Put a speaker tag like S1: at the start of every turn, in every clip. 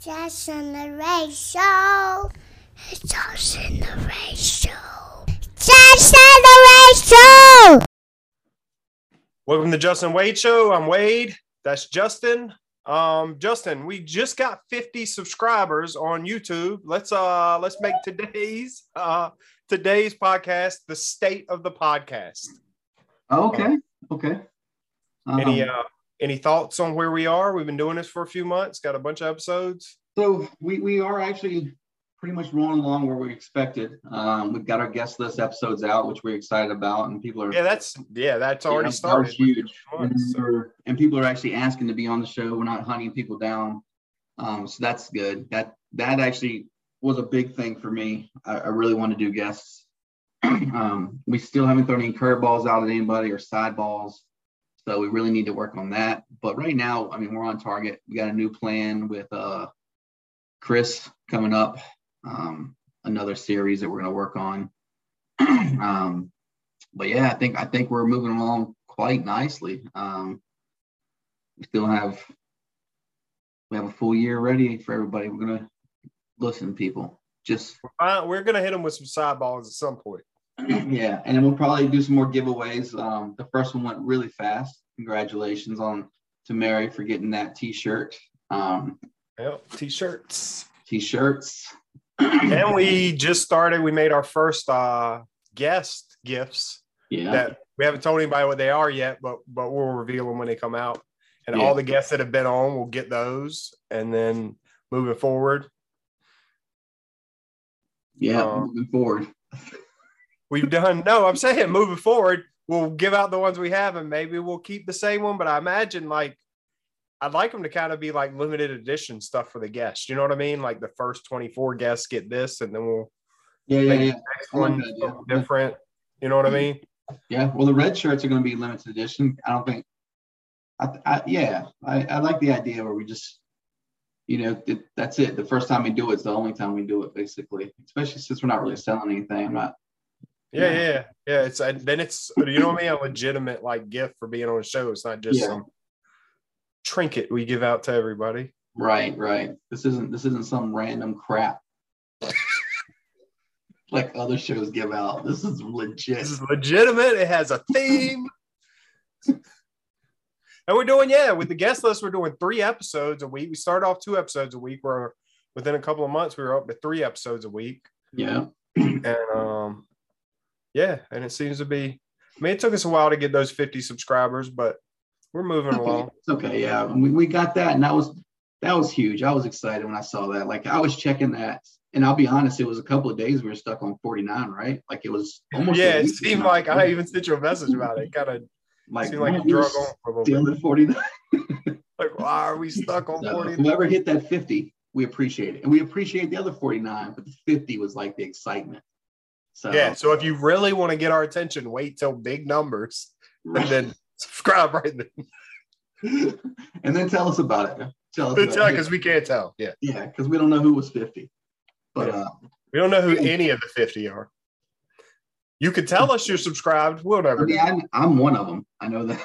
S1: Josh and the Ray Show. Josh and the Ray Show. Josh and the Ray Show.
S2: Welcome to Justin Wade Show. I'm Wade. That's Justin. Um, Justin, we just got 50 subscribers on YouTube. Let's uh let's make today's uh today's podcast the state of the podcast.
S3: Oh, okay. Okay. Um,
S2: Any uh any thoughts on where we are? We've been doing this for a few months, got a bunch of episodes.
S3: so we, we are actually pretty much rolling along where we expected. Um, we've got our guest list episodes out, which we're excited about, and people are
S2: Yeah, that's yeah, that's
S3: Yeah,
S2: already
S3: that was
S2: started.
S3: huge.
S2: Months, so-
S3: and people are actually asking to be on the show. We're not hunting people down, um, so that's good. That that actually was a big thing for me. I, I really want to do guests. um, we still haven't thrown any curveballs out at anybody or side balls, so we really need to work on that. But right now, I mean, we're on target. We got a new plan with uh, Chris coming up. Um, another series that we're going to work on. um, but yeah, I think I think we're moving along quite nicely. Um, we still have we have a full year ready for everybody. We're gonna listen, people. Just
S2: Uh, we're gonna hit them with some sideballs at some point.
S3: yeah, and then we'll probably do some more giveaways. Um, the first one went really fast. Congratulations on to Mary for getting that T-shirt. Um,
S2: Yep, t-shirts.
S3: t-shirts.
S2: and we just started. We made our first uh guest gifts
S3: yeah.
S2: that we haven't told anybody what they are yet, but but we'll reveal them when they come out. And
S3: Yeah.
S2: all the guests that have been on will get those. And then moving forward,
S3: yeah.
S2: uh,
S3: moving forward.
S2: we've done. No, I'm saying moving forward, we'll give out the ones we have, and maybe we'll keep the same one. But I imagine like. I'd like them to kind of be like limited edition stuff for the guests. You know what I mean? Like the first 24 guests get this, and then we'll
S3: Yeah, yeah,
S2: Thank
S3: yeah.
S2: next
S3: I like
S2: one
S3: that idea. Mm-hmm.
S2: something different. You know what I mean?
S3: Yeah, well, the red shirts are going to be limited edition. I don't think. I, I yeah, I, I like the idea where we just, you know, th- that's it. The first time we do it, it's the only time we do it, basically. Especially since we're not really selling anything. I'm not.
S2: Yeah,
S3: Yeah.
S2: yeah, yeah. it's and then it's you know what I mean, a legitimate like gift for being on a show. It's not just
S3: Yeah.
S2: some trinket we give out to everybody.
S3: Right, right. This isn't this isn't some random crap. like other shows give out. This is legit.
S2: This is legitimate. It has a theme. and we're doing yeah with the guest list. We're doing three episodes a week. We started off two episodes a week. We're within a couple of months we were up to three episodes a week.
S3: Yeah.
S2: and um yeah and it seems to be i mean it took us a while to get those 50 subscribers but we're moving along
S3: It's okay, yeah. And We, we got that, and that was that was huge. I was excited when I saw that. Like I was checking that, and I'll be honest, it was a couple of days we were stuck on 49, right? Like it was almost. a
S2: yeah it
S3: week
S2: seemed
S3: now.
S2: like i even sent you a message about it kind of
S3: like,
S2: seemed like
S3: man,
S2: it
S3: we were
S2: drug on for a little bit
S3: still at 49.
S2: like why are we stuck on
S3: So,
S2: 40
S3: whoever hit that 50, we appreciate it, and we appreciate the other 49, but the 50 was like the excitement. So
S2: yeah so if you really want to get our attention wait till big numbers and then subscribe right then
S3: and then tell us about it. Tell us. about it.
S2: because we can't tell yeah
S3: Yeah, because we don't know who was 50, but
S2: Yeah.
S3: uh,
S2: we don't know who any of the 50 are you could tell us you're subscribed we'll
S3: I
S2: never
S3: mean,
S2: know
S3: I'm, I'm one of them. I know that.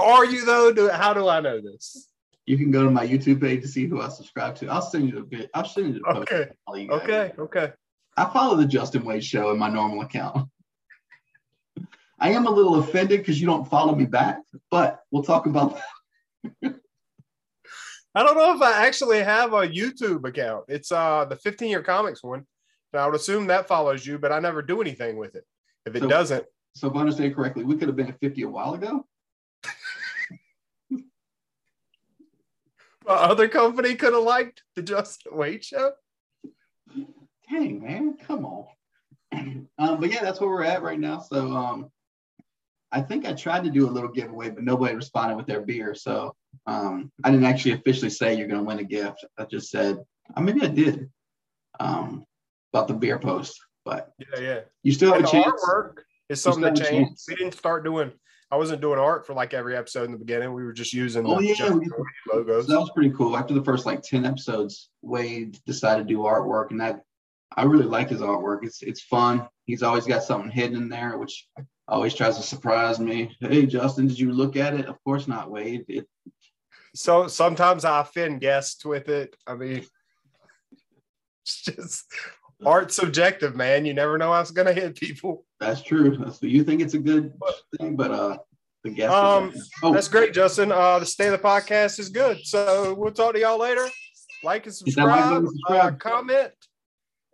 S2: are you though do, how do i know this
S3: You can go to my YouTube page to see who I subscribe to. I'll send you the vid. I'll send you the post.
S2: okay
S3: all you guys.
S2: okay okay
S3: I follow the Justin Wade show in my normal account. I am a little offended because you don't follow me back, but we'll talk about that.
S2: I don't know if I actually have a YouTube account. It's uh the 15 year comics one. And I would assume that follows you, but I never do anything with it. If it
S3: So-
S2: doesn't,
S3: So if I understand correctly, we could have been at 50 a while ago.
S2: my other company could have liked the Justin Wade show.
S3: Dang, man, come on. Um, but yeah, that's where we're at right now. So um, I think I tried to do a little giveaway, but nobody responded with their beer. So um, I didn't actually officially say you're going to win a gift. I just said, I maybe I did um, about the beer post, but
S2: Yeah, yeah.
S3: you still have
S2: And
S3: a
S2: the
S3: chance.
S2: artwork is something
S3: still
S2: that
S3: have a
S2: changed.
S3: chance.
S2: We didn't start doing I wasn't doing art for like every episode in the beginning. We were just using
S3: Oh,
S2: the
S3: yeah,
S2: Justin
S3: we did.
S2: Wade
S3: So
S2: logos.
S3: that was pretty cool. After the first like 10 episodes, Wade decided to do artwork and that I really like his artwork. It's it's fun. He's always got something hidden in there, which always tries to surprise me. Hey Justin, did you look at it? Of course not, Wade. It,
S2: so sometimes I offend guests with it. I mean, it's just art subjective, man. You never know how it's gonna hit people.
S3: That's true. That's you think it's a good thing, but uh, the guest.
S2: Um,
S3: Oh.
S2: That's great, Justin. Uh, the state of the podcast is good. So we'll talk to y'all later. Like and
S3: Hit that like
S2: subscribe,
S3: button,
S2: uh,
S3: subscribe.
S2: comment,